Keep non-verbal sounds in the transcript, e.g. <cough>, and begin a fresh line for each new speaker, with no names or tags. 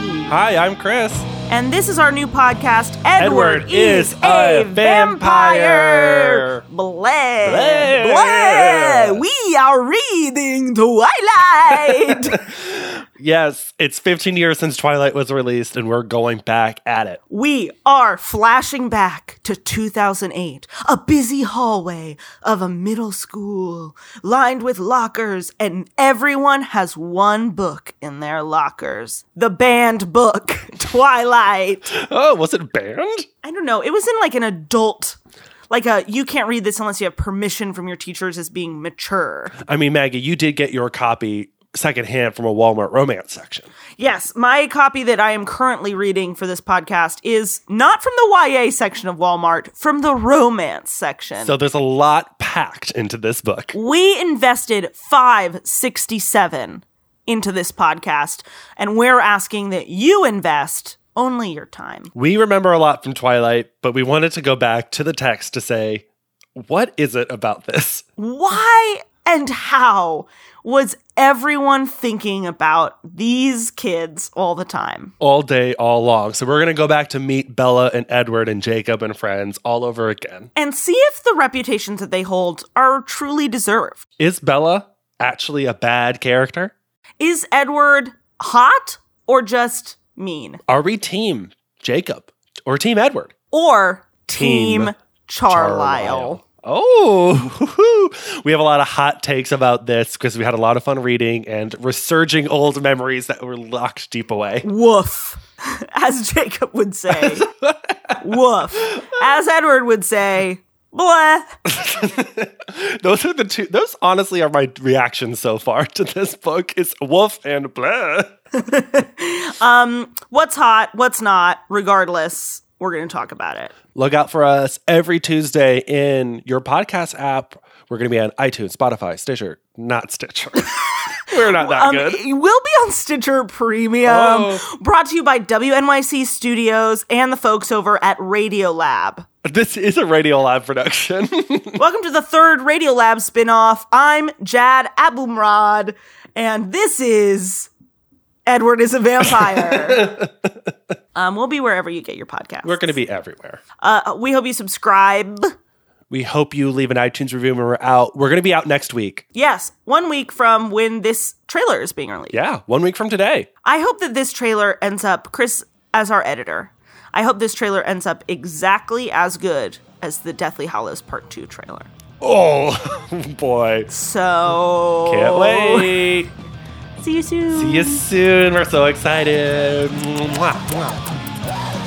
I'm Chris.
And this is our new podcast, Edward,
Edward is a vampire.
Bleh.
Bleh.
Bleh. We are reading Twilight.
<laughs> Yes, it's 15 years since Twilight was released, and we're going back at it.
we are flashing back to 2008, a busy hallway of a middle school lined with lockers, and everyone has one book in their lockers. The banned book, <laughs> Twilight.
Oh, was it banned?
I don't know. It was in like an adult, like a you can't read this unless you have permission from your teachers as being mature.
I mean, Maggie, you did get your copy secondhand from a Walmart romance section.
Yes, my copy that I am currently reading for this podcast is not from the YA section of Walmart, from the romance section.
So there's a lot packed into this book.
we invested 567 into this podcast and we're asking that you invest only your time.
We remember a lot from Twilight, but we wanted to go back to the text to say, what is it about this?
why and how was everyone thinking about these kids all the time?
All day, all long. So we're going to go back to meet Bella and Edward and Jacob and friends all over again.
And see if the reputations that they hold are truly deserved.
Is Bella actually a bad character?
Is Edward hot or just mean?
Are we team Jacob or team Edward?
Or Team,
Team
Charlisle?
Oh, <laughs> we have a lot of hot takes about this because we had a lot of fun reading and resurging old memories that were locked deep away. <laughs>
Woof, <laughs> as Jacob would say. Woof. As Edward would say, bleh.
Those are the two. Those honestly are my reactions so far to this book. It's wolf and blah.
What's hot, what's not, regardless, we're going to talk about it.
Look out for us every Tuesday in your podcast app. We're going to be on iTunes, Spotify, Stitcher, not Stitcher. <laughs> We're not that
Um,
good.
it will be on Stitcher Premium,
Oh.
brought to you by WNYC Studios and the folks over at Radiolab.
This is a Radio Lab production. <laughs>
Welcome to the third Radiolab spinoff. I'm Jad Abumrad, and this is Edward is a Vampire.
<laughs>
um, we'll be wherever you get your podcast.
We're going to be everywhere.
uh, we hope you subscribe.
We hope you leave an iTunes review when we're out. We're going to be out next week.
Yes, one week from when this trailer is being released.
Yeah, one week from today.
I hope that this trailer ends up, Chris, as our editor, I hope this trailer ends up exactly as good as the Deathly Hollows Part 2 trailer.
Oh, boy.
So.
Can't wait.
Oh. See you soon.
See you soon. We're so excited. Mwah, mwah.